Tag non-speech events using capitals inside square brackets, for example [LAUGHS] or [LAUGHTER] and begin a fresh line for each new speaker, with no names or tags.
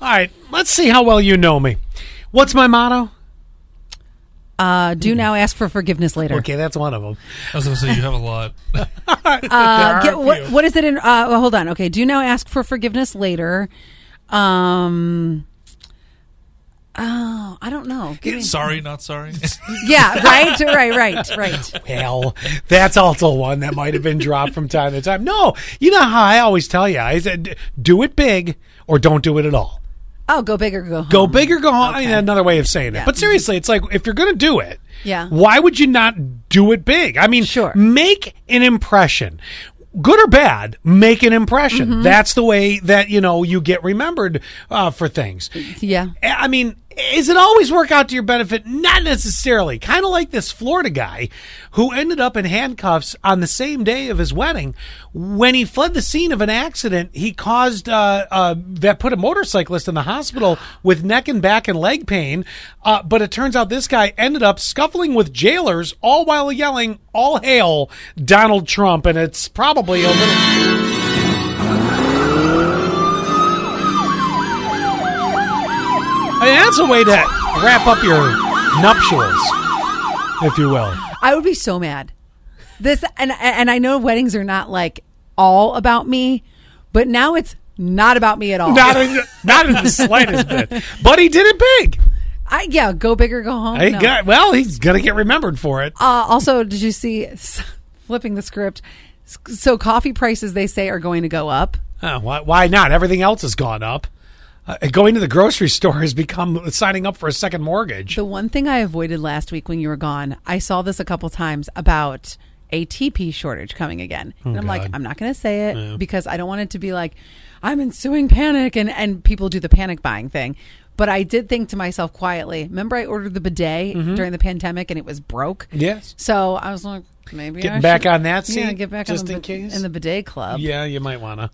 All right, let's see how well you know me. What's my motto?
Uh, do now ask for forgiveness later.
Okay, that's one of them.
I was going to say you have a lot. [LAUGHS]
Uh, get- what, what is it in? Uh, well, hold on. Okay, do now ask for forgiveness later. Um, oh, I don't know. Give me-
sorry, not sorry.
yeah, right, right, right, right.
Well, that's also one that might have been dropped from time to time. No, you know how I always tell you, I said, do it big or don't do it at all.
Oh, go big or go home.
Go big or go home. I mean,
Okay.
another way of saying it. But seriously, it's like if you're going to do it,
Yeah.
why would you not do it big? I mean,
Sure.
make an impression. Good or bad, make an impression.
Mm-hmm.
That's the way that, you know, you get remembered uh, for things.
Yeah.
I mean, is it always work out to your benefit? Not necessarily. Kind of like this Florida guy who ended up in handcuffs on the same day of his wedding. When he fled the scene of an accident, he caused uh, uh, that put a motorcyclist in the hospital with neck and back and leg pain. Uh, but it turns out this guy ended up scuffling with jailers, all while yelling, "All hail Donald Trump!" And it's probably a little. I mean, that's a way to wrap up your nuptials, if you will.
I would be so mad. This and and I know weddings are not like all about me, but now it's not about me at all.
Not in, not in the slightest bit. But he did it big.
I yeah, go big or go home.
He
no.
got, well, he's going to get remembered for it.
Uh, also, did you see [LAUGHS] flipping the script? So coffee prices they say are going to go up.
Uh, why, why not? Everything else has gone up. Uh, going to the grocery store has become signing up for a second mortgage.
The one thing I avoided last week when you were gone, I saw this a couple times about ATP shortage coming again. and I'm like,
Oh, God.
I'm not going to say it because I don't want it to be like, I'm ensuing panic and, and people do the panic buying thing. But I did think to myself quietly, remember I ordered the bidet during the pandemic and it was broke?
Mm-hmm. Yes.
So I was like, maybe
Getting
I
back
should-
on that
Yeah,
scene,
get back
just
on the,
in
bi-
case.
in the bidet club.
Yeah, you might want to.